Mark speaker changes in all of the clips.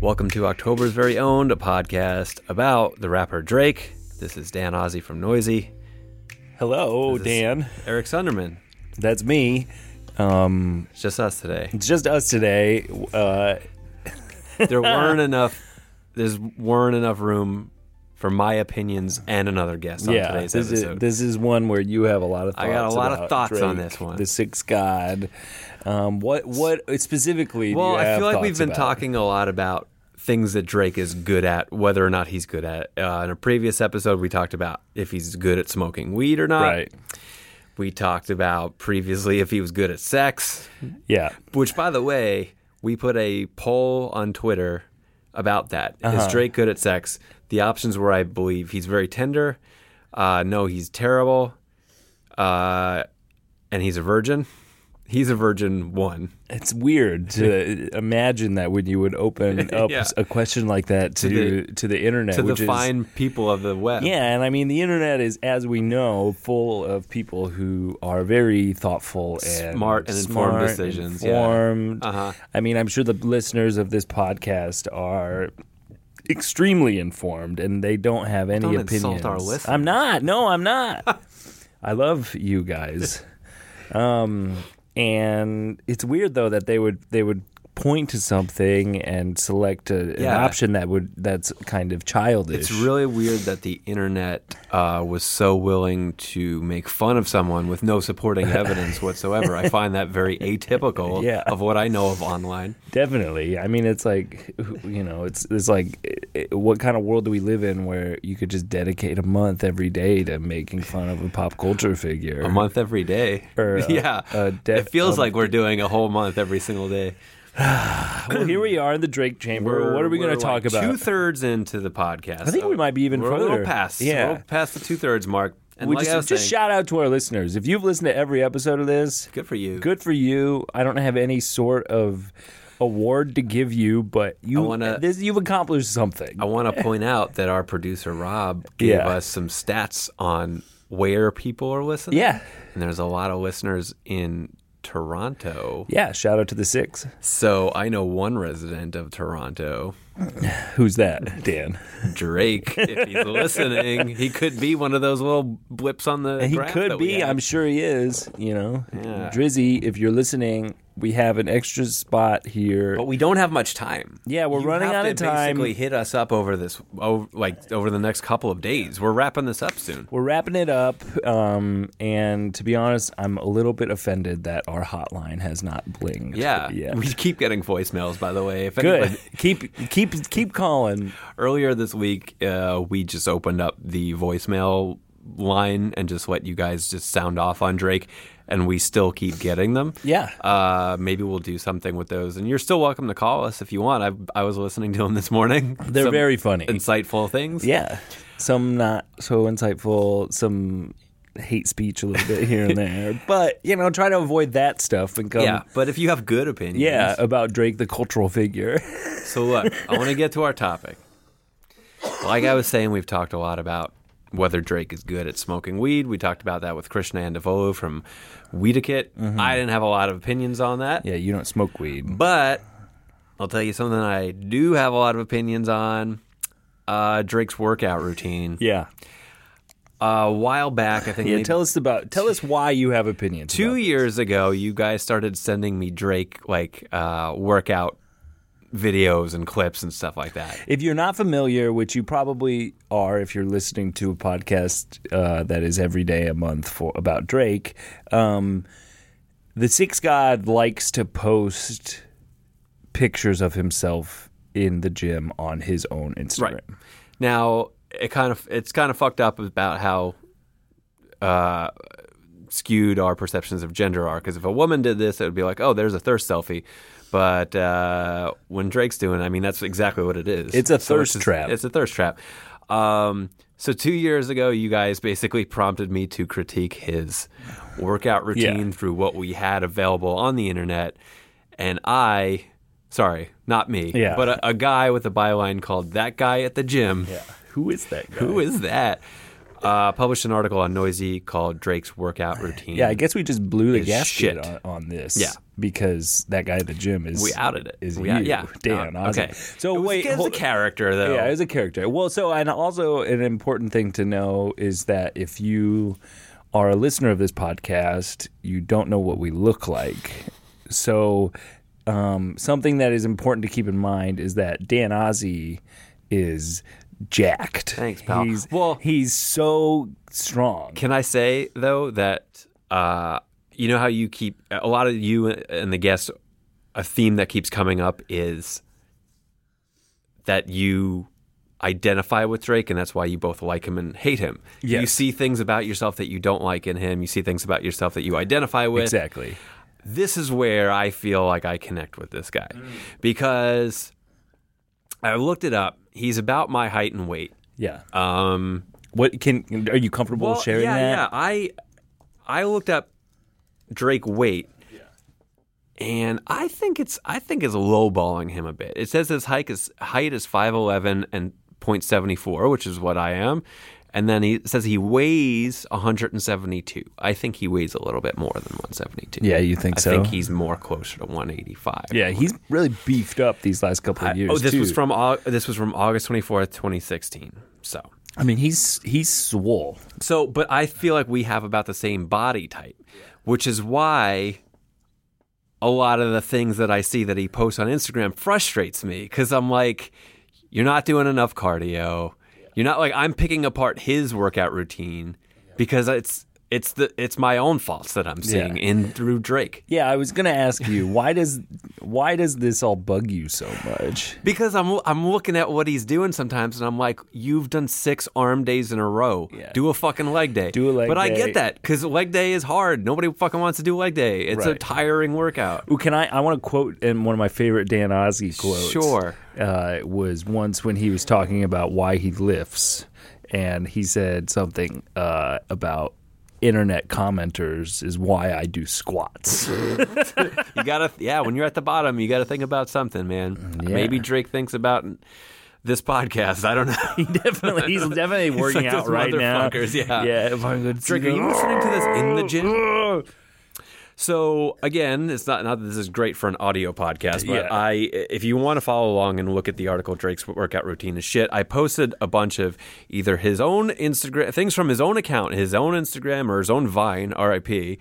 Speaker 1: Welcome to October's Very Owned, a podcast about the rapper Drake. This is Dan Ozzie from Noisy.
Speaker 2: Hello,
Speaker 1: This is
Speaker 2: Dan.
Speaker 1: Eric Sunderman.
Speaker 2: That's me. Um,
Speaker 1: It's just us today.
Speaker 2: it's just us today. Uh,
Speaker 1: There weren't enough. There's weren't enough room for my opinions and another guest on
Speaker 2: yeah,
Speaker 1: today's
Speaker 2: this is,
Speaker 1: episode.
Speaker 2: this is one where you have a lot of thoughts.
Speaker 1: I got a lot of
Speaker 2: about
Speaker 1: thoughts on
Speaker 2: Drake,
Speaker 1: this one.
Speaker 2: The Sixth God. Um, what what specifically? do
Speaker 1: well,
Speaker 2: you
Speaker 1: I
Speaker 2: have
Speaker 1: feel like we've
Speaker 2: thoughts
Speaker 1: been
Speaker 2: about?
Speaker 1: talking a lot about things that Drake is good at, whether or not he's good at. it. Uh, in a previous episode, we talked about if he's good at smoking weed or not.
Speaker 2: Right.
Speaker 1: We talked about previously if he was good at sex.
Speaker 2: Yeah.
Speaker 1: Which, by the way, we put a poll on Twitter about that. Is
Speaker 2: Uh-huh.
Speaker 1: Drake good at sex? The options were, I believe, he's very tender. Uh, no, he's terrible. Uh, and he's a virgin. He's a virgin one.
Speaker 2: It's weird to imagine that when you would open up
Speaker 1: Yeah.
Speaker 2: a question like that to to the, internet,
Speaker 1: To
Speaker 2: which
Speaker 1: the
Speaker 2: is
Speaker 1: fine people of the web.
Speaker 2: Yeah, and I mean the internet is, as we know, full of people who are very thoughtful and
Speaker 1: Smart and informed
Speaker 2: smart,
Speaker 1: decisions, yeah.
Speaker 2: Informed.
Speaker 1: Uh-huh.
Speaker 2: I mean, I'm sure the listeners of this podcast are extremely informed, and they don't have any
Speaker 1: Don't
Speaker 2: opinions.
Speaker 1: insult our listeners.
Speaker 2: I'm not. No, I'm not. I love you guys. Um, and it's weird though that they would they would point to something and select a,
Speaker 1: Yeah.
Speaker 2: an option that would that's kind of childish.
Speaker 1: It's really weird that the internet uh, was so willing to make fun of someone with no supporting evidence whatsoever. I find that very atypical
Speaker 2: Yeah.
Speaker 1: of what I know of online.
Speaker 2: Definitely. I mean, it's like you know, it's it's like eh, eh, what kind of world do we live in where you could just dedicate a month every day to making fun of a pop culture figure?
Speaker 1: a month every day.
Speaker 2: Or a-
Speaker 1: yeah,
Speaker 2: a de-
Speaker 1: it feels
Speaker 2: a-
Speaker 1: like we're doing a whole month every single day.
Speaker 2: Well, here we are in the Drake Chamber. what are we going to talk
Speaker 1: Two
Speaker 2: about?
Speaker 1: thirds into the podcast.
Speaker 2: I think we might be even
Speaker 1: we're a
Speaker 2: further.
Speaker 1: little past.
Speaker 2: Yeah.
Speaker 1: we're past the two thirds mark. And
Speaker 2: We
Speaker 1: like I was
Speaker 2: just, just
Speaker 1: saying,
Speaker 2: shout out to our listeners. If you've listened to every episode of this,
Speaker 1: Good for you.
Speaker 2: good for you. I don't have any sort of award to give you, but you
Speaker 1: wanna-
Speaker 2: this, you've accomplished something.
Speaker 1: I want to point out that our producer Rob gave
Speaker 2: Yeah.
Speaker 1: us some stats on where people are listening.
Speaker 2: yeah.
Speaker 1: and there's a lot of listeners in Toronto.
Speaker 2: Yeah, shout out to the six.
Speaker 1: So I know one resident of Toronto,
Speaker 2: Who's that, Dan?
Speaker 1: Drake. if he's listening, he could be one of those little blips on the.
Speaker 2: He
Speaker 1: graph
Speaker 2: could
Speaker 1: that we
Speaker 2: be.
Speaker 1: have.
Speaker 2: I'm sure he is. You know,
Speaker 1: Yeah.
Speaker 2: Drizzy, if you're listening, we have an extra spot here.
Speaker 1: But we don't have much time.
Speaker 2: Yeah, we're
Speaker 1: You
Speaker 2: running
Speaker 1: have
Speaker 2: out
Speaker 1: to
Speaker 2: of time.
Speaker 1: Basically, hit us up over this, over, like over the next couple of days. We're wrapping this up soon.
Speaker 2: We're wrapping it up, um, and to be honest, I'm a little bit offended that our hotline has not blinged.
Speaker 1: Yeah,
Speaker 2: yet.
Speaker 1: we keep getting voicemails. By the way, if
Speaker 2: Good.
Speaker 1: anybody-
Speaker 2: keep keep keep calling.
Speaker 1: earlier this week, uh, we just opened up the voicemail line and just let you guys just sound off on Drake, and we still keep getting them.
Speaker 2: Yeah.
Speaker 1: Uh, maybe we'll do something with those, and you're still welcome to call us if you want. I, I was listening to them this morning.
Speaker 2: They're
Speaker 1: Some
Speaker 2: very funny.
Speaker 1: insightful things.
Speaker 2: Yeah. Some not so insightful, some hate speech a little bit here and there. But, you know, try to avoid that stuff and come
Speaker 1: yeah. But if you have good opinions,
Speaker 2: yeah, about Drake the cultural figure.
Speaker 1: So look, I want to get to our topic. Like I was saying, we've talked a lot about whether Drake is good at smoking weed. We talked about that with Krishna Andavolo from Weedakit. I didn't have a lot of opinions on that,
Speaker 2: Mm-hmm. yeah, you don't smoke weed.
Speaker 1: but I'll tell you something I do have a lot of opinions on. Uh, Drake's workout routine.
Speaker 2: Yeah.
Speaker 1: Uh, a while back, I think
Speaker 2: Yeah,
Speaker 1: maybe
Speaker 2: tell us about tell us why you have opinions.
Speaker 1: two
Speaker 2: about-
Speaker 1: years ago, you guys started sending me Drake like uh, workout videos and clips and stuff like that.
Speaker 2: If you're not familiar, which you probably are if you're listening to a podcast uh, that is every day a month for about Drake, um, the Six God likes to post pictures of himself in the gym on his own Instagram.
Speaker 1: Right. Now it kind of it's kind of fucked up about how uh, skewed our perceptions of gender are. Because if a woman did this, it would be like, oh, there's a thirst selfie. But uh, when Drake's doing, it, I mean, that's exactly what it is.
Speaker 2: It's a
Speaker 1: So
Speaker 2: thirst
Speaker 1: just-
Speaker 2: trap.
Speaker 1: It's a thirst trap. Um, so two years ago, you guys basically prompted me to critique his workout routine through what we had available on the internet, and I, sorry, not me,
Speaker 2: Yeah.
Speaker 1: but a, a guy with a byline called "That guy at the gym."
Speaker 2: Who is that guy?
Speaker 1: Who is that? uh, published an article on Noisy called Drake's Workout Routine.
Speaker 2: Yeah, I guess we just blew the
Speaker 1: Is
Speaker 2: gasket
Speaker 1: shit.
Speaker 2: on, on this.
Speaker 1: Yeah.
Speaker 2: because that guy at the gym is
Speaker 1: We outed it.
Speaker 2: Is
Speaker 1: we
Speaker 2: you?
Speaker 1: out- yeah.
Speaker 2: Damn.
Speaker 1: Uh,
Speaker 2: awesome.
Speaker 1: okay.
Speaker 2: So
Speaker 1: It was-
Speaker 2: wait,
Speaker 1: it was
Speaker 2: hold,
Speaker 1: a character though.
Speaker 2: Yeah, as a character. Well, so and also an important thing to know is that if you are a listener of this podcast, you don't know what we look like. So um, something that is important to keep in mind is that Dan Ozzie is jacked.
Speaker 1: Thanks, pal.
Speaker 2: He's,
Speaker 1: Well-
Speaker 2: he's so strong.
Speaker 1: Can I say though that uh, you know how you keep a lot of you and the guests a theme that keeps coming up is that you identify with Drake and that's why you both like him and hate him. You
Speaker 2: Yes.
Speaker 1: see things about yourself that you don't like in him, you see things about yourself that you identify with.
Speaker 2: exactly.
Speaker 1: This is where I feel like I connect with this guy because I looked it up. He's about my height and weight.
Speaker 2: Yeah.
Speaker 1: Um
Speaker 2: What can are you comfortable
Speaker 1: well,
Speaker 2: sharing
Speaker 1: yeah,
Speaker 2: that?
Speaker 1: Yeah, I I looked up Drake weight. And I think it's I think it's lowballing him a bit. It says his hike is height is five eleven and .74, which is what I am, and then he says he weighs one hundred and seventy two. I think he weighs a little bit more than one seventy two.
Speaker 2: Yeah, you think
Speaker 1: I
Speaker 2: so?
Speaker 1: think he's more closer to one eighty five.
Speaker 2: Yeah, he's really beefed up these last couple of years.
Speaker 1: Oh, this was
Speaker 2: too.
Speaker 1: from Au- this was from August twenty fourth, twenty sixteen. So
Speaker 2: I mean, he's he's swole.
Speaker 1: So, but I feel like we have about the same body type, which is why a lot of the things that I see that he posts on Instagram frustrates me because I'm like, you're not doing enough cardio. You're not like I'm picking apart his workout routine because it's it's the it's my own faults that I'm seeing in through Drake
Speaker 2: Yeah, I was gonna ask you why does why does this all bug you so much?
Speaker 1: because I'm I'm looking at what he's doing sometimes and I'm like, you've done six arm days in a row.
Speaker 2: Yeah.
Speaker 1: Do a fucking leg day.
Speaker 2: Do a leg
Speaker 1: but I
Speaker 2: day.
Speaker 1: get that because leg day is hard. Nobody fucking wants to do leg day. It's a
Speaker 2: Right.
Speaker 1: tiring workout.
Speaker 2: Ooh, can I? I want to quote in one of my favorite Dan Ozzie quotes.
Speaker 1: Sure.
Speaker 2: uh, was once when he was talking about why he lifts, and he said something uh, about internet commenters is why I do squats.
Speaker 1: You gotta yeah. When you're at the bottom, you gotta think about something, man. Maybe Drake thinks about this podcast. I don't know.
Speaker 2: definitely, he's definitely working
Speaker 1: like
Speaker 2: out
Speaker 1: those
Speaker 2: right now.
Speaker 1: motherfuckers, yeah.
Speaker 2: yeah. If I'm good,
Speaker 1: Drake, are you listening to this in the gym? So again, it's not not that this is great for an audio podcast, but
Speaker 2: Yeah.
Speaker 1: I if you want to follow along and look at the article Drake's workout routine is shit, I posted a bunch of either his own Instagram things from his own account, his own Instagram or his own Vine, RIP.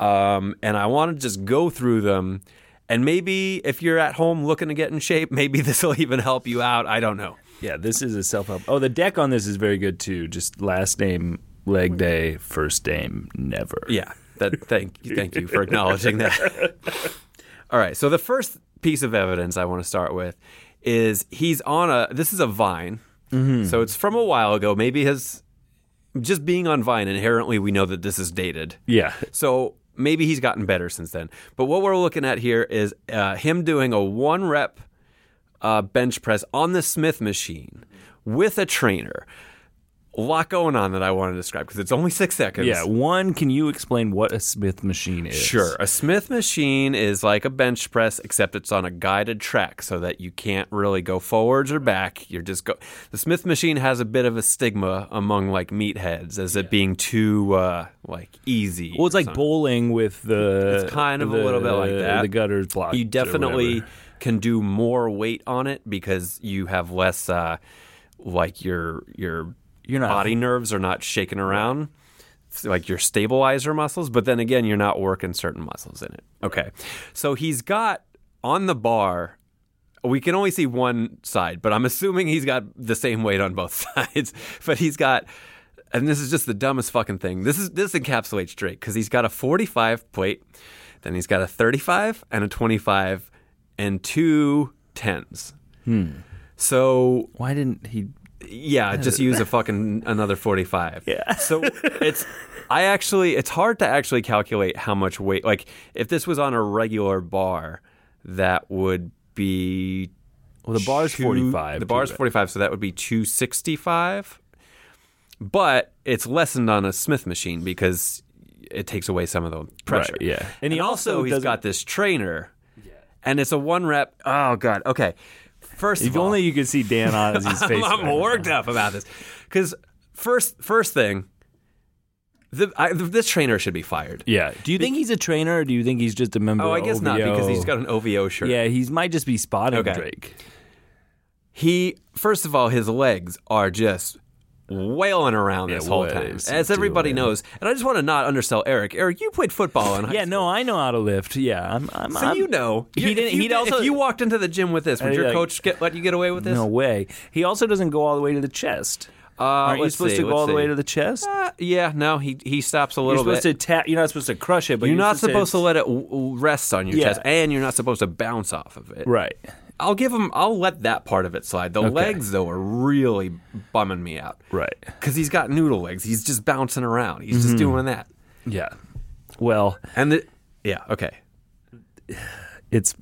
Speaker 1: Um, and I want to just go through them and maybe if you're at home looking to get in shape, maybe this will even help you out. I don't know.
Speaker 2: Yeah, this is a self help. Oh, the deck on this is very good too. Just last name leg day, first name never.
Speaker 1: Yeah. That thank you thank you for acknowledging that. All right. So the first piece of evidence I want to start with is he's on a this is a Vine.
Speaker 2: Mm-hmm.
Speaker 1: So it's from a while ago. Maybe his just being on Vine inherently we know that this is dated.
Speaker 2: Yeah.
Speaker 1: So maybe he's gotten better since then. But what we're looking at here is uh, him doing a one rep uh, bench press on the Smith machine with a trainer. A lot going on that I want to describe because it's only six seconds.
Speaker 2: Yeah. One, can you explain what a Smith machine is?
Speaker 1: Sure. A Smith machine is like a bench press, except it's on a guided track so that you can't really go forwards or back. You're just go. The Smith machine has a bit of a stigma among like meatheads as it being too uh, like easy.
Speaker 2: Well, it's like bowling with the.
Speaker 1: It's kind of a little bit like
Speaker 2: the-
Speaker 1: that.
Speaker 2: The gutters blocked.
Speaker 1: you
Speaker 2: or
Speaker 1: definitely
Speaker 2: whatever.
Speaker 1: can do more weight on it because you have less uh, like your your
Speaker 2: You're not-
Speaker 1: body nerves are not shaking around It's like your stabilizer muscles but then again you're not working certain muscles in it okay so he's got on the bar we can only see one side but i'm assuming he's got the same weight on both sides but he's got and this is just the dumbest fucking thing this is this encapsulates drake because he's got a 45 plate then he's got a 35 and a 25 and two tens so
Speaker 2: Why didn't he.
Speaker 1: yeah, just use a fucking another 45. Yeah. So it's I actually it's hard to actually calculate how much weight like if this was on a regular bar that would be
Speaker 2: Well, the bar's
Speaker 1: two-
Speaker 2: 45.
Speaker 1: The bar's
Speaker 2: too,
Speaker 1: 45, so that would be 265. But it's lessened on a Smith machine because it takes away some of the pressure.
Speaker 2: yeah. And
Speaker 1: And,
Speaker 2: he
Speaker 1: he also,
Speaker 2: also
Speaker 1: he's
Speaker 2: doesn't-
Speaker 1: got this trainer. And it's a one rep. Oh god. Okay. First
Speaker 2: If
Speaker 1: of all,
Speaker 2: only you could see Dan Ozzie's face.
Speaker 1: I'm,
Speaker 2: right now.
Speaker 1: I'm worked up about this because first first thing, the, I, this trainer should be fired.
Speaker 2: Yeah. Do you think he's a trainer or do you think he's just a member
Speaker 1: Oh, I
Speaker 2: of
Speaker 1: guess not because
Speaker 2: OVO?
Speaker 1: he's got an OVO shirt.
Speaker 2: Yeah, he might just be spotting
Speaker 1: Okay.
Speaker 2: Drake.
Speaker 1: He first of all, his legs are just wailing around this
Speaker 2: Yeah,
Speaker 1: whole
Speaker 2: what
Speaker 1: time,
Speaker 2: is
Speaker 1: as
Speaker 2: he
Speaker 1: everybody
Speaker 2: doing?
Speaker 1: knows. And I just want to not undersell Eric. Eric, you played football in high
Speaker 2: Yeah, no, I know how to lift. Yeah, I'm. I'm
Speaker 1: So
Speaker 2: I'm,
Speaker 1: you know,
Speaker 2: He
Speaker 1: You- if
Speaker 2: didn't-
Speaker 1: You
Speaker 2: he'd
Speaker 1: did-
Speaker 2: also-
Speaker 1: if you walked into the gym with this, would
Speaker 2: I'd
Speaker 1: your
Speaker 2: be like,
Speaker 1: coach get, let you get away with this?
Speaker 2: No way. He also doesn't go all the way to the chest.
Speaker 1: Uh,
Speaker 2: Aren't you
Speaker 1: let's see,
Speaker 2: supposed to go
Speaker 1: let's
Speaker 2: all the
Speaker 1: see.
Speaker 2: way to the chest?
Speaker 1: Uh, yeah, no, he he stops a
Speaker 2: You're
Speaker 1: little
Speaker 2: supposed
Speaker 1: bit.
Speaker 2: to tap. You're not supposed to crush it, but
Speaker 1: you're not supposed to let it w- w- rest on your
Speaker 2: Yeah.
Speaker 1: chest, and you're not supposed to bounce off of it.
Speaker 2: Right.
Speaker 1: I'll give him. I'll let that part of it slide. The legs, though, are really bumming me out.
Speaker 2: Right. Mm-hmm.
Speaker 1: Because he's got noodle legs. He's just bouncing around. He's just doing that.
Speaker 2: Yeah. Well,
Speaker 1: And the, yeah, okay,
Speaker 2: it's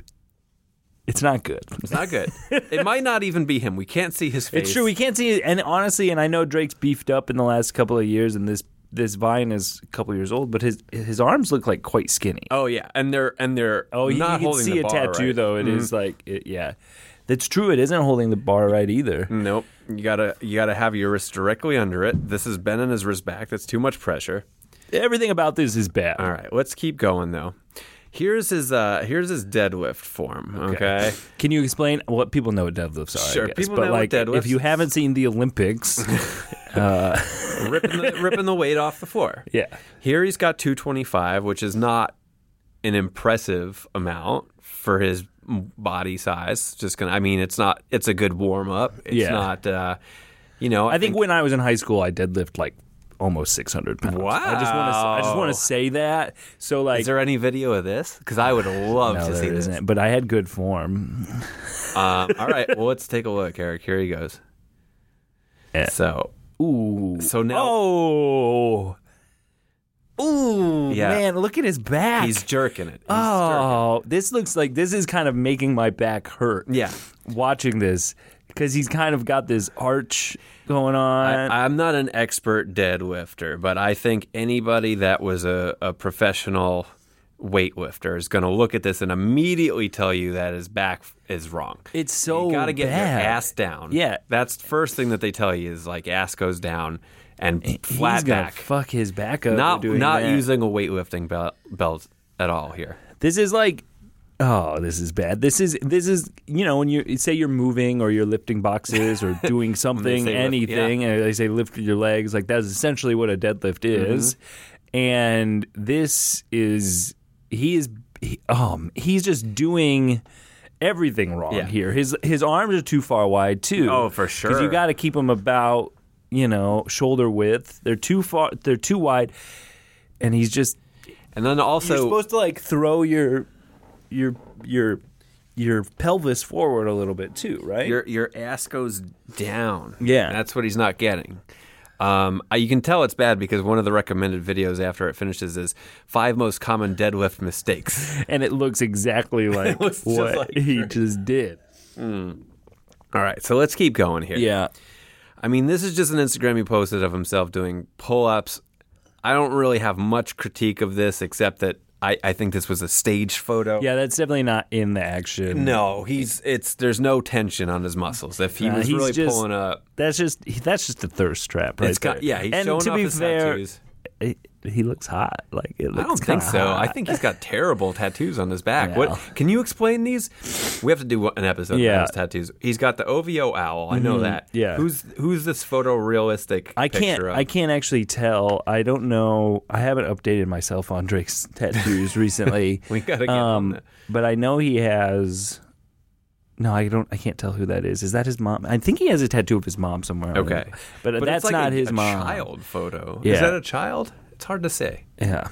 Speaker 2: it's not good.
Speaker 1: it's not good. it might not even be him. We can't see his face.
Speaker 2: It's true. We can't see it. And honestly, and I know Drake's beefed up in the last couple of years, and this this Vine is a couple years old, but his his arms look like quite skinny.
Speaker 1: Oh yeah, and they're and they're
Speaker 2: Oh, you,
Speaker 1: not
Speaker 2: you can
Speaker 1: holding
Speaker 2: see
Speaker 1: the
Speaker 2: a
Speaker 1: bar
Speaker 2: tattoo
Speaker 1: right.
Speaker 2: though. It is like, it, yeah, that's true. It isn't holding the bar right either.
Speaker 1: Nope. You gotta you gotta have your wrist directly under it. This is bending his wrist back. That's too much pressure.
Speaker 2: Everything about this is bad.
Speaker 1: All right, let's keep going though. Here's his uh here's his deadlift form. Okay.
Speaker 2: Can you explain what people know what deadlifts are? I
Speaker 1: Sure,
Speaker 2: guess,
Speaker 1: people
Speaker 2: but
Speaker 1: know what
Speaker 2: like,
Speaker 1: deadlifts-
Speaker 2: If you haven't seen the Olympics,
Speaker 1: ripping the ripping the weight off the floor.
Speaker 2: yeah,
Speaker 1: Here he's got 225, which is not an impressive amount for his body size. Just gonna I mean it's not it's a good warm up. It's
Speaker 2: Yeah.
Speaker 1: not uh you know,
Speaker 2: I think when I was in high school, I deadlift like almost 600 pounds. I just want to. I just want
Speaker 1: Wow.
Speaker 2: to say that. So like.
Speaker 1: is there any video of this? Because I would love
Speaker 2: no,
Speaker 1: to
Speaker 2: there
Speaker 1: see this.
Speaker 2: isn't, but I had good form.
Speaker 1: Um, all right. Well, let's take a look, Eric. Here he goes.
Speaker 2: Yeah.
Speaker 1: So,
Speaker 2: Ooh.
Speaker 1: so now
Speaker 2: Oh. Ooh.
Speaker 1: Yeah.
Speaker 2: Man, look at his back.
Speaker 1: he's jerking it. He's
Speaker 2: oh, this looks like this is kind of making my back hurt.
Speaker 1: jerking- yeah.
Speaker 2: watching this because he's kind of got this arch going on.
Speaker 1: I, I'm not an expert deadlifter, but I think anybody that was a, a professional weightlifter is going to look at this and immediately tell you that his back is wrong.
Speaker 2: it's so
Speaker 1: you got to get
Speaker 2: bad.
Speaker 1: your ass down.
Speaker 2: Yeah.
Speaker 1: That's the first thing that they tell you is like ass goes down and
Speaker 2: He's
Speaker 1: flat
Speaker 2: gonna
Speaker 1: back.
Speaker 2: Fuck his back up.
Speaker 1: Not
Speaker 2: doing
Speaker 1: not
Speaker 2: that.
Speaker 1: using a weightlifting belt, belt at all here.
Speaker 2: This is like. Oh, this is bad. This is this is you know when you say you're moving or you're lifting boxes or doing something,
Speaker 1: lift,
Speaker 2: anything, and they say lift your legs. Like that's essentially what a deadlift
Speaker 1: Mm-hmm.
Speaker 2: is, and this is he is he, um he's just doing everything wrong
Speaker 1: Yeah.
Speaker 2: here. His his arms are too far wide too.
Speaker 1: Oh, for
Speaker 2: Because
Speaker 1: sure.
Speaker 2: you got to keep them about you know shoulder width. They're too far. They're too wide, and he's just
Speaker 1: And then also
Speaker 2: you're supposed to like throw your your your your pelvis forward a little bit too, right?
Speaker 1: Your your ass goes down.
Speaker 2: Yeah.
Speaker 1: that's what he's not getting. Um, I- you can tell it's bad because one of the recommended videos after it finishes is five most common deadlift mistakes.
Speaker 2: and it looks exactly like
Speaker 1: looks just
Speaker 2: what
Speaker 1: like
Speaker 2: he just did.
Speaker 1: All right, so let's keep going here.
Speaker 2: Yeah.
Speaker 1: I mean, this is just an Instagram he posted of himself doing pull ups. I don't really have much critique of this except that I, I think this was a staged photo.
Speaker 2: Yeah, that's definitely not in the action.
Speaker 1: No, he's it's there's no tension on his muscles. If he
Speaker 2: Nah,
Speaker 1: was
Speaker 2: he's
Speaker 1: really
Speaker 2: just-
Speaker 1: pulling up,
Speaker 2: That's just that's just a thirst trap right
Speaker 1: it's got,
Speaker 2: there.
Speaker 1: yeah, he's
Speaker 2: and
Speaker 1: showing
Speaker 2: to
Speaker 1: off
Speaker 2: be
Speaker 1: his
Speaker 2: fair,
Speaker 1: tattoos.
Speaker 2: it- he looks hot. Like it looks
Speaker 1: I don't think
Speaker 2: kinda
Speaker 1: so. I
Speaker 2: hot.
Speaker 1: think he's got terrible tattoos on his back.
Speaker 2: Yeah.
Speaker 1: What can you explain these? We have to do an episode
Speaker 2: Yeah. Mm-hmm.
Speaker 1: on his tattoos. He's got the OVO owl. I know that.
Speaker 2: Yeah.
Speaker 1: Who's who's this photorealistic?
Speaker 2: I can't.
Speaker 1: Picture of?
Speaker 2: I can't actually tell. I don't know. I haven't updated myself on Drake's tattoos recently.
Speaker 1: We gotta get on
Speaker 2: um,
Speaker 1: that.
Speaker 2: but I know he has. No, I don't. I can't tell who that is. Is that his mom? I think he has a tattoo of his mom somewhere. on
Speaker 1: Okay.
Speaker 2: it. but,
Speaker 1: But
Speaker 2: that's
Speaker 1: it's like
Speaker 2: not
Speaker 1: a,
Speaker 2: his
Speaker 1: a
Speaker 2: mom.
Speaker 1: Child photo. Is
Speaker 2: Yeah.
Speaker 1: that a child? It's hard to say.
Speaker 2: Yeah,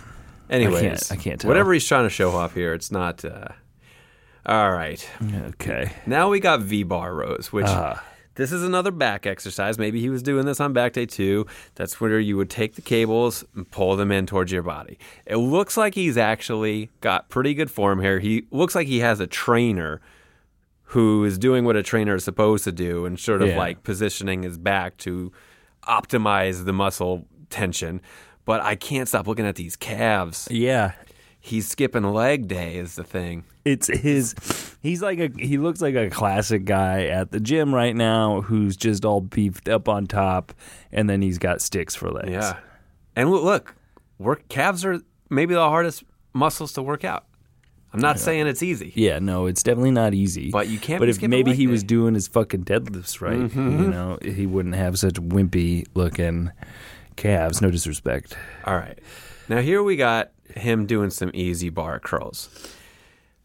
Speaker 1: Anyways,
Speaker 2: I can't tell.
Speaker 1: Whatever he's trying to show off here, it's not. Uh, all right.
Speaker 2: okay.
Speaker 1: Now we got V bar rows, which this is another back exercise. Maybe he was doing this on back day two. That's where you would take the cables and pull them in towards your body. It looks like he's actually got pretty good form here. He looks like he has a trainer who is doing what a trainer is supposed to do and sort of
Speaker 2: Yeah.
Speaker 1: like positioning his back to optimize the muscle tension. But I can't stop looking at these calves.
Speaker 2: Yeah,
Speaker 1: he's skipping leg day is the thing.
Speaker 2: It's his. He's like a. He looks like a classic guy at the gym right now, who's just all beefed up on top, and then he's got sticks for legs.
Speaker 1: Yeah. And w- look, work calves are maybe the hardest muscles to work out. I'm not saying it's easy.
Speaker 2: Yeah, no, it's definitely not easy.
Speaker 1: But you can't
Speaker 2: But
Speaker 1: be
Speaker 2: if
Speaker 1: skipping Mm-hmm.
Speaker 2: maybe
Speaker 1: leg
Speaker 2: he
Speaker 1: day.
Speaker 2: was doing his fucking deadlifts right, you know, he wouldn't have such wimpy looking calves. No disrespect.
Speaker 1: All right. Now here we got him doing some easy bar curls.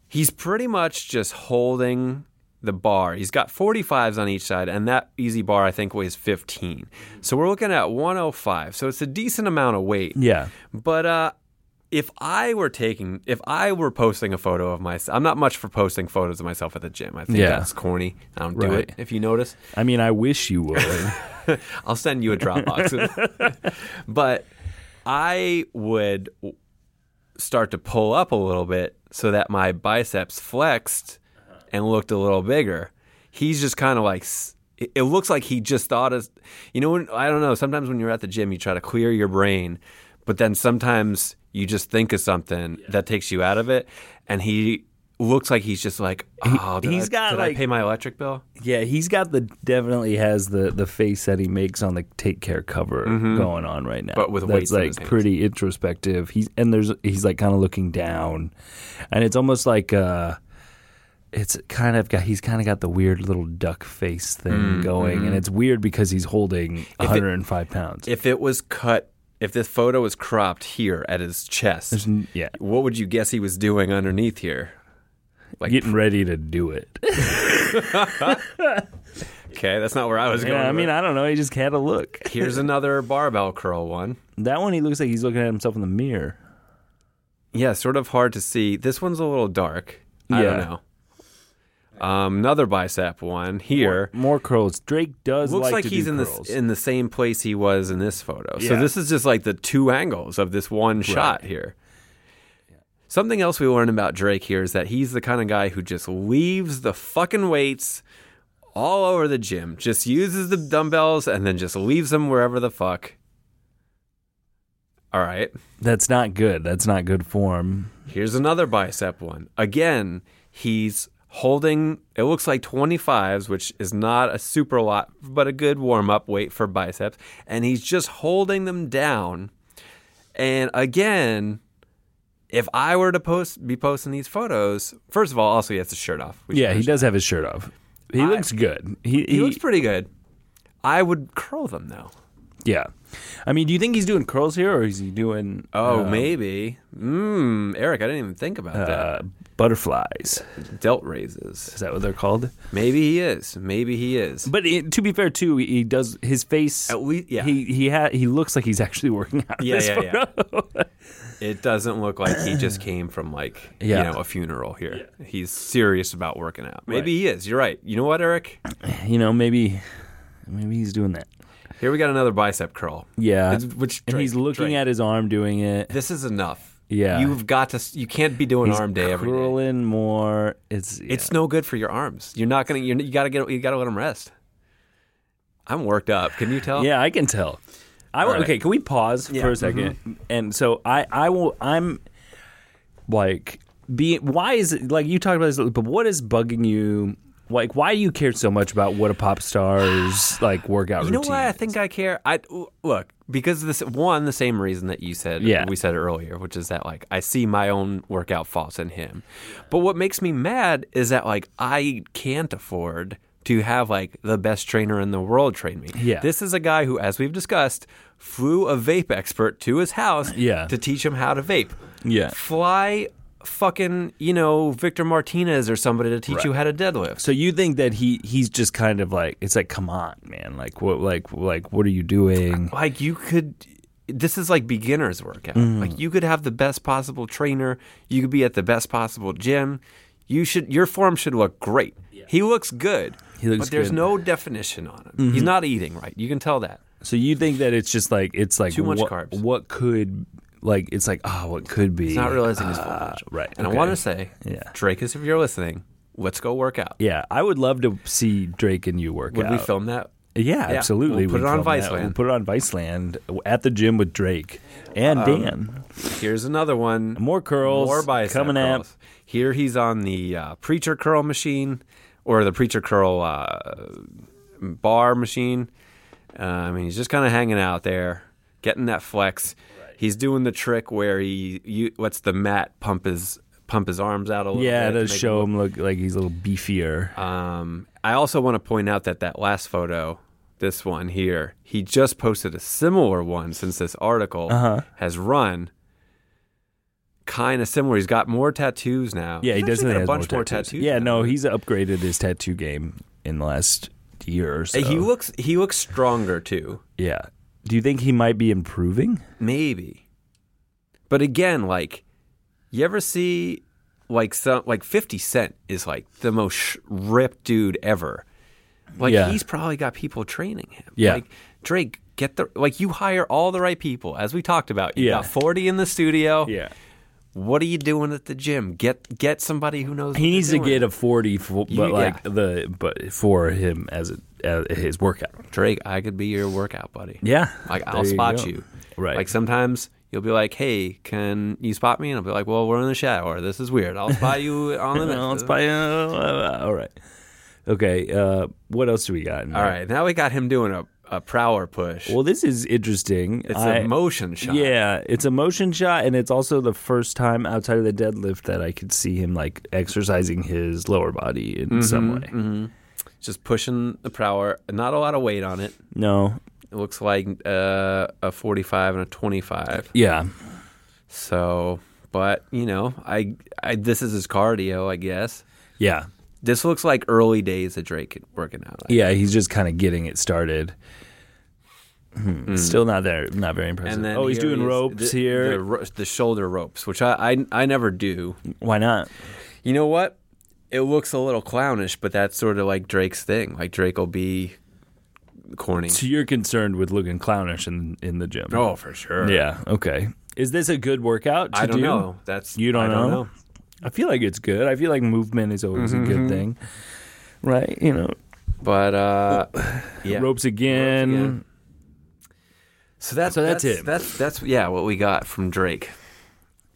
Speaker 1: He's pretty much just holding the bar. He's got 45s on each side, and that easy bar I think weighs 15. So we're looking at 105. So it's a decent amount of weight.
Speaker 2: Yeah.
Speaker 1: But uh, if I were taking, if I were posting a photo of myself, I'm not much for posting photos of myself at the gym. I think
Speaker 2: Yeah.
Speaker 1: that's corny. I don't do
Speaker 2: Right.
Speaker 1: it. If you notice,
Speaker 2: I mean, I wish you would.
Speaker 1: I'll send you a Dropbox. but I would w- start to pull up a little bit so that my biceps flexed and looked a little bigger. He's just kind of like s- it it looks like he just thought as you know when, I don't know sometimes when you're at the gym you try to clear your brain but then sometimes you just think of something that takes you out of it and he looks like he's just like oh did,
Speaker 2: he's
Speaker 1: I,
Speaker 2: got,
Speaker 1: did
Speaker 2: like-
Speaker 1: I pay my electric bill
Speaker 2: Yeah, he's got the definitely has the the face that he makes on the Take Care cover going on right now.
Speaker 1: Mm-hmm. But with weights
Speaker 2: that's
Speaker 1: in
Speaker 2: like
Speaker 1: his hands.
Speaker 2: pretty introspective. He's and there's he's like kind of looking down, and it's almost like uh, it's kind of got he's kind of got the weird little duck face thing
Speaker 1: Mm,
Speaker 2: going, and it's weird because he's holding 105 pounds.
Speaker 1: mm-hmm. if it was cut, if this photo was cropped here at his chest,
Speaker 2: yeah,
Speaker 1: what would you guess he was doing underneath here? Like,
Speaker 2: getting ready to do it.
Speaker 1: okay, that's not where I was going.
Speaker 2: yeah, I
Speaker 1: with
Speaker 2: mean,
Speaker 1: it.
Speaker 2: I don't know. He just had a look.
Speaker 1: here's another barbell curl one.
Speaker 2: That one, he looks like he's looking at himself in the mirror.
Speaker 1: Yeah, sort of hard to see. This one's a little dark. I don't
Speaker 2: Yeah.
Speaker 1: know. Um, another bicep one here.
Speaker 2: More curls. Drake does
Speaker 1: Looks like,
Speaker 2: to
Speaker 1: he's
Speaker 2: do
Speaker 1: in
Speaker 2: curls.
Speaker 1: the in the same place he was in this photo. So
Speaker 2: Yeah.
Speaker 1: this is just like the two angles of this one shot here. Something else we learned about Drake here is that he's the kind of guy who just leaves the fucking weights all over the gym, just uses the dumbbells and then just leaves them wherever the fuck. All right.
Speaker 2: That's not good. That's not good form.
Speaker 1: Here's another bicep one. Again, he's holding, it looks like 25s, which is not a super lot, but a good warm up weight for biceps. And he's just holding them down. And again, if I were to post be posting these photos, first of all, also he has the shirt off. We should
Speaker 2: Yeah, he
Speaker 1: mention
Speaker 2: does have his shirt off. He looks good. He,
Speaker 1: that.
Speaker 2: he-
Speaker 1: he looks pretty good. I would curl them though.
Speaker 2: yeah. I mean, do you think he's doing curls here, or is he doing
Speaker 1: Oh, maybe. Mmm, Eric, I didn't even think about
Speaker 2: uh, butterflies?
Speaker 1: that. Delt raises.
Speaker 2: Is that what they're called?
Speaker 1: Maybe he is. Maybe he is.
Speaker 2: But it, to be fair, too, he does his face.
Speaker 1: At least- yeah.
Speaker 2: He he ha- he looks like he's actually working out. in
Speaker 1: Yeah,
Speaker 2: this
Speaker 1: yeah, yeah.
Speaker 2: photo.
Speaker 1: It doesn't look like he just came from like
Speaker 2: Yeah.
Speaker 1: you know a funeral here. He's serious about working out. Maybe he is. You're right. You know what, Eric?
Speaker 2: you know, maybe maybe he's doing that.
Speaker 1: Here we got another bicep curl.
Speaker 2: Yeah,
Speaker 1: It's- which
Speaker 2: and he's
Speaker 1: Drake,
Speaker 2: looking
Speaker 1: Drake,
Speaker 2: at his arm doing it.
Speaker 1: This is enough.
Speaker 2: Yeah.
Speaker 1: you've got to. s- You can't be doing
Speaker 2: He's
Speaker 1: arm day every day.
Speaker 2: curling more. It's yeah.
Speaker 1: It's no good for your arms. You're not gonna. You're, you gotta get. You gotta let them rest. I'm worked up. Can you tell?
Speaker 2: Yeah, I can tell. I
Speaker 1: Oh. All right. Mm-hmm.
Speaker 2: okay. Can we pause for a 2nd And so I, I will. I'm like, be why is it like you talked about this? But what is bugging you? Like, why do you care so much about what a pop star's like workout
Speaker 1: You know
Speaker 2: routine?
Speaker 1: why I think I care? I look because this one the same reason that you said
Speaker 2: Yeah.
Speaker 1: we said earlier, which is that like I see my own workout faults in him. But what makes me mad is that like I can't afford to have like the best trainer in the world train me.
Speaker 2: Yeah.
Speaker 1: This is a guy who, as we've discussed, flew a vape expert to his house
Speaker 2: Yeah.
Speaker 1: to teach him how to vape.
Speaker 2: Yeah.
Speaker 1: Fly fucking, you know, Victor Martinez or somebody to teach you how to deadlift.
Speaker 2: So you think that he he's just kind of like it's like come on man like what like like what are you doing?
Speaker 1: like you could this is like beginner's workout
Speaker 2: Mm.
Speaker 1: like you could have the best possible trainer you could be at the best possible gym you should your form should look great he looks good
Speaker 2: He looks
Speaker 1: but there's
Speaker 2: good. Mm-hmm.
Speaker 1: no definition on him he's not eating right you can tell that
Speaker 2: So you think that it's just like it's like
Speaker 1: Too much
Speaker 2: what,
Speaker 1: carbs.
Speaker 2: What could like it's like oh what could be? Ah,
Speaker 1: not realizing his full potential
Speaker 2: right,
Speaker 1: and
Speaker 2: okay.
Speaker 1: i want to say
Speaker 2: Yeah.
Speaker 1: drake is if you're listening let's go work out
Speaker 2: Yeah, I would love to see Drake and you work
Speaker 1: would
Speaker 2: out.
Speaker 1: we film that
Speaker 2: Yeah, absolutely.
Speaker 1: we'll put it on
Speaker 2: call that-
Speaker 1: Viceland.
Speaker 2: We'll put it on Viceland at the gym with Drake and Dan.
Speaker 1: Here's another one.
Speaker 2: More curls
Speaker 1: Uh, More bicep
Speaker 2: coming at-
Speaker 1: curls. Here he's on the uh, preacher curl machine or the preacher curl uh, bar machine. Uh, I mean, he's just kind of hanging out there, getting that flex. He's doing the trick where he you, lets the mat pump his pump his arms out a little.
Speaker 2: Yeah,
Speaker 1: bit
Speaker 2: to
Speaker 1: make
Speaker 2: show him look like he's a little beefier.
Speaker 1: Um, I also want to point out that that last photo, this one here, he just posted a similar one since this article
Speaker 2: Uh-huh.
Speaker 1: has run. Kind of similar. He's got more tattoos now.
Speaker 2: yeah, he
Speaker 1: He's
Speaker 2: doesn't
Speaker 1: actually got
Speaker 2: have
Speaker 1: a bunch more tattoos.
Speaker 2: Yeah,
Speaker 1: now.
Speaker 2: no, he's upgraded his tattoo game in the last year or so.
Speaker 1: Hey, He looks he looks stronger too.
Speaker 2: yeah. Do you think he might be improving?
Speaker 1: Maybe. But again, like you ever see like some like 50 Cent is like the most sh- ripped dude ever. Like
Speaker 2: Yeah.
Speaker 1: he's probably got people training him.
Speaker 2: Yeah.
Speaker 1: Like Drake, get the like you hire all the right people as we talked about. You
Speaker 2: Yeah.
Speaker 1: got 40 in the studio. What are you doing at the gym? Get get somebody who knows.
Speaker 2: He needs to get a 40 for, but
Speaker 1: You-
Speaker 2: like
Speaker 1: yeah.
Speaker 2: the but for him as, a, as his workout.
Speaker 1: Drake. I could be your workout buddy.
Speaker 2: Yeah.
Speaker 1: Like
Speaker 2: There
Speaker 1: I'll
Speaker 2: you
Speaker 1: spot
Speaker 2: go.
Speaker 1: you.
Speaker 2: Right.
Speaker 1: Like sometimes you'll be like, "Hey, can you spot me?" And I'll be like, "Well, we're in the shower. This is weird. I'll spot you on the."
Speaker 2: Well, it's probably- uh, all right. Okay. Uh, what else do we got? in
Speaker 1: All
Speaker 2: there?
Speaker 1: right. Now we got him doing a, a prower push.
Speaker 2: Well, this is interesting.
Speaker 1: it's
Speaker 2: I-
Speaker 1: a motion shot.
Speaker 2: Yeah, it's a motion shot, and it's also the first time outside of the deadlift that I could see him like exercising his lower body in
Speaker 1: Mm-hmm,
Speaker 2: some way.
Speaker 1: Just pushing the prower. Not a lot of weight on it.
Speaker 2: No,
Speaker 1: It looks like uh, a 45 and a 25.
Speaker 2: yeah,
Speaker 1: So, but you know, I, I this is his cardio, I guess.
Speaker 2: yeah,
Speaker 1: This looks like early days of Drake working out.
Speaker 2: yeah. He's just kind of getting it started. Hmm, Still not there. Not very impressive.
Speaker 1: And then
Speaker 2: oh, he's
Speaker 1: here
Speaker 2: doing
Speaker 1: he is-
Speaker 2: ropes
Speaker 1: the-
Speaker 2: here.
Speaker 1: The, ro- the shoulder ropes, which I, I I never do.
Speaker 2: Why not?
Speaker 1: You know what? It looks a little clownish, but that's sort of like Drake's thing. Like Drake will be corny.
Speaker 2: So you're concerned with looking clownish in in the gym?
Speaker 1: Oh, for sure.
Speaker 2: yeah. Okay. Is this a good workout? To
Speaker 1: I don't
Speaker 2: do?
Speaker 1: know. That's
Speaker 2: You don't
Speaker 1: I
Speaker 2: know? I feel like it's good. I feel like movement is always a good thing, right? You know,
Speaker 1: But uh, yeah.
Speaker 2: ropes again.
Speaker 1: again. So that's
Speaker 2: So that's it.
Speaker 1: That's that's yeah, what we got from Drake.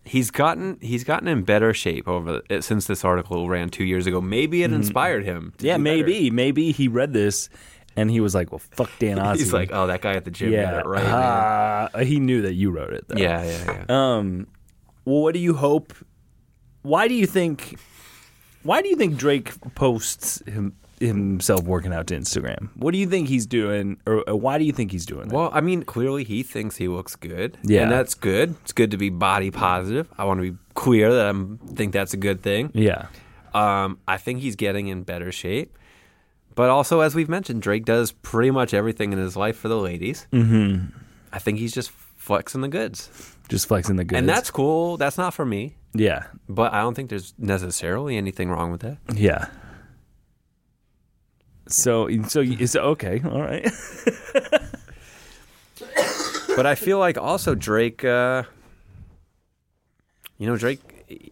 Speaker 1: He's gotten he's gotten in better shape over the, since this article ran two years ago. Maybe
Speaker 2: Mm-hmm.
Speaker 1: it inspired him. to
Speaker 2: Yeah,
Speaker 1: do better.
Speaker 2: maybe, maybe he read this and he was like, "Well, fuck Dan Ozzie."
Speaker 1: He's like, oh, that guy at the gym
Speaker 2: "Yeah,
Speaker 1: got it right. man."
Speaker 2: ah." he knew that you wrote it. Though.
Speaker 1: Yeah, yeah, yeah.
Speaker 2: Um. Well, what do you hope? Why do you think? Why do you think Drake posts him, himself working out to Instagram? What do you think he's doing, or, or why do you think he's doing that?
Speaker 1: Well, I mean, clearly he thinks he looks good.
Speaker 2: Yeah.
Speaker 1: And that's good. It's good to be body positive. I want to be clear that I think that's a good thing.
Speaker 2: yeah.
Speaker 1: Um, I think he's getting in better shape. But also, as we've mentioned, Drake does pretty much everything in his life for the ladies. Mm-hmm. I think he's just flexing the goods.
Speaker 2: Just flexing the goods.
Speaker 1: And that's cool. That's not for me.
Speaker 2: yeah,
Speaker 1: But I don't think there's necessarily anything wrong with that.
Speaker 2: yeah. So, so, so okay, all right.
Speaker 1: but I feel like also Drake, uh, you know, Drake,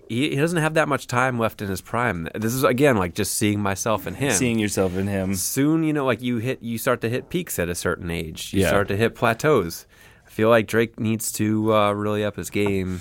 Speaker 1: he, he doesn't have that much time left in his prime. This is again like just seeing myself and him.
Speaker 2: Seeing yourself in him.
Speaker 1: Soon, you know, like you hit, you start to hit peaks at a certain age. You
Speaker 2: Yeah.
Speaker 1: start to hit plateaus. I feel like Drake needs to uh, really up his game.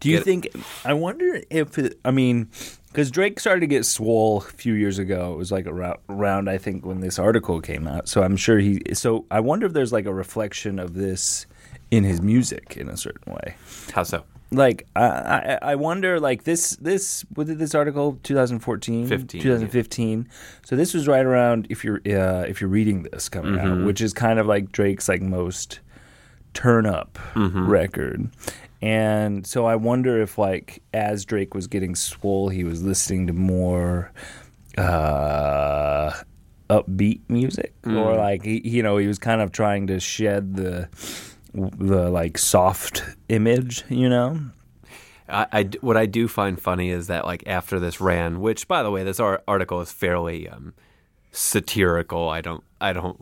Speaker 2: Do you
Speaker 1: Get it.
Speaker 2: think? I wonder if it, I mean, because Drake started to get swole a few years ago. It was like around, around I think when this article came out. So I'm sure he. So I wonder if there's like a reflection of this in his music in a certain way.
Speaker 1: How so?
Speaker 2: Like I, I, I wonder like this this what did this article 2014
Speaker 1: 15, yeah.
Speaker 2: 2015. So this was right around if you're uh, if you're reading this coming out, which is kind of like Drake's like most turn up record. And so I wonder if like as Drake was getting swole, he was listening to more uh upbeat music or like he, you know, he was kind of trying to shed the the like soft image, you know.
Speaker 1: I, I d- what I do find funny is that like after this ran, which by the way, this ar- article is fairly um, satirical. I don't, I don't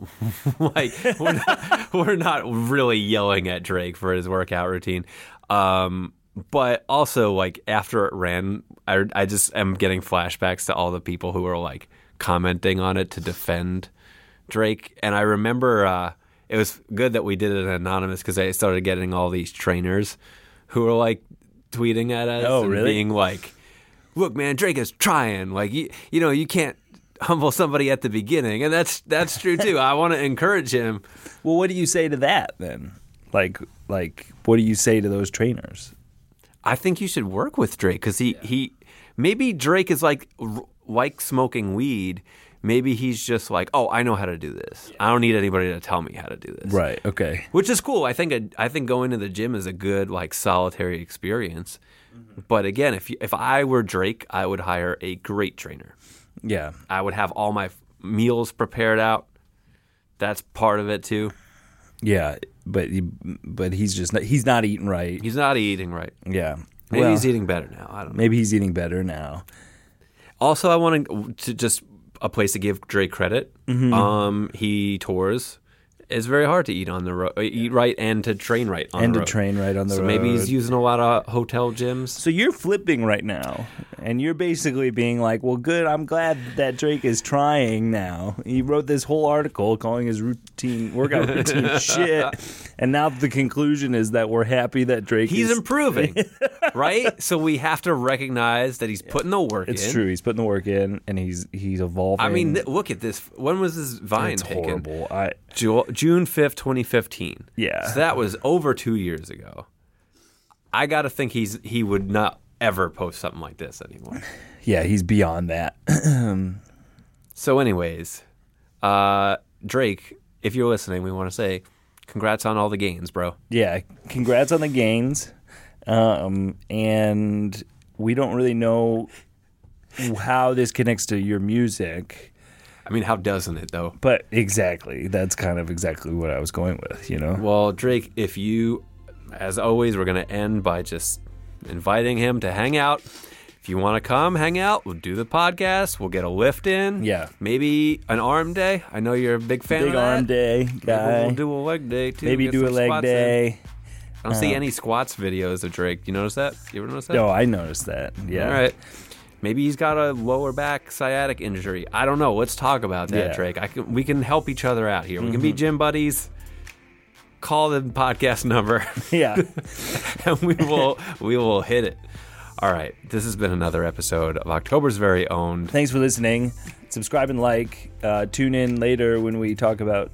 Speaker 1: like we're not, we're not really yelling at Drake for his workout routine, um, but also like after it ran, I, I just am getting flashbacks to all the people who are like commenting on it to defend Drake, and I remember uh, it was good that we did it anonymous because I started getting all these trainers who were like tweeting at us
Speaker 2: Oh,
Speaker 1: and
Speaker 2: really?
Speaker 1: being like, "Look, man, Drake is trying. Like, you, you know, you can't humble somebody at the beginning, and that's that's true too. I want to encourage him.
Speaker 2: Well, what do you say to that then? Like, like, what do you say to those trainers?
Speaker 1: I think you should work with Drake because he, he maybe Drake is like r- like smoking weed. Maybe he's just like, oh, I know how to do this. I don't need anybody to tell me how to do this.
Speaker 2: Right. Okay.
Speaker 1: Which is cool. I think a, I think going to the gym is a good like solitary experience. But again, if you, if I were Drake, I would hire a great trainer.
Speaker 2: Yeah.
Speaker 1: I would have all my f- meals prepared out. That's part of it too.
Speaker 2: Yeah. But he- but he's just not, he's not eating right.
Speaker 1: He's not eating right.
Speaker 2: Yeah.
Speaker 1: Maybe
Speaker 2: Well,
Speaker 1: he's eating better now. I don't know.
Speaker 2: maybe he's eating better now.
Speaker 1: Also, I want to just a place to give Drake credit.
Speaker 2: Mm-hmm.
Speaker 1: Um, he tours. It's very hard to eat on the road, eat right, and to train right on
Speaker 2: And
Speaker 1: the
Speaker 2: to
Speaker 1: road.
Speaker 2: train right on the
Speaker 1: So
Speaker 2: road.
Speaker 1: maybe he's using a lot of hotel gyms.
Speaker 2: So you're flipping right now, and you're basically being like, "Well, good. I'm glad that Drake is trying now. He wrote this whole article calling his routine workout routine shit, and now the conclusion is that we're happy that Drake
Speaker 1: He's
Speaker 2: is.
Speaker 1: improving, right? So we have to recognize that he's putting the work in.
Speaker 2: it's true. He's putting the work in, and he's he's evolving.
Speaker 1: I mean, th- look at this. When was this Vine
Speaker 2: it's
Speaker 1: taken?
Speaker 2: horrible. I
Speaker 1: Ju- June 5th, 2015.
Speaker 2: Yeah.
Speaker 1: So that was over two years ago. I got to think he's he would not ever post something like this anymore.
Speaker 2: yeah, he's beyond that.
Speaker 1: So, anyways, uh, Drake, if you're listening, we want to say congrats on all the gains, bro.
Speaker 2: yeah, congrats on the gains. Um, and we don't really know how this connects to your music.
Speaker 1: I mean, how doesn't it though?
Speaker 2: But exactly, that's kind of exactly what I was going with, you know.
Speaker 1: Well, Drake, if you, as always, we're going to end by just inviting him to hang out. If you want to come, hang out. We'll do the podcast. We'll get a lift in.
Speaker 2: Yeah.
Speaker 1: Maybe an arm day. I know you're a big fan
Speaker 2: Big
Speaker 1: of that.
Speaker 2: arm day
Speaker 1: Maybe
Speaker 2: guy.
Speaker 1: we'll do a leg day too.
Speaker 2: Maybe
Speaker 1: Get
Speaker 2: do a
Speaker 1: some
Speaker 2: leg
Speaker 1: squats in.
Speaker 2: day. Uh-huh.
Speaker 1: I don't see any squats videos of Drake. You notice that? You ever notice that?
Speaker 2: No, I noticed that. Yeah.
Speaker 1: All right. Maybe he's got a lower back sciatic injury. I don't know. Let's talk about that,
Speaker 2: Yeah. Mm-hmm.
Speaker 1: Drake. I can, we can help each other out here. We can be gym buddies. Call the podcast number,
Speaker 2: Yeah.
Speaker 1: and we will we will hit it. All right. This has been another episode of October's very own.
Speaker 2: Thanks for listening. Subscribe and like. Uh, tune in later when we talk about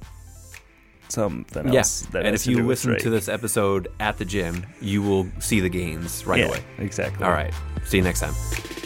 Speaker 2: something else.
Speaker 1: Yes.
Speaker 2: that
Speaker 1: and
Speaker 2: has
Speaker 1: if you
Speaker 2: do with
Speaker 1: listen to
Speaker 2: Drake.
Speaker 1: this episode at the gym, you will see the gains right
Speaker 2: yeah,
Speaker 1: away.
Speaker 2: exactly.
Speaker 1: All right. See you next time.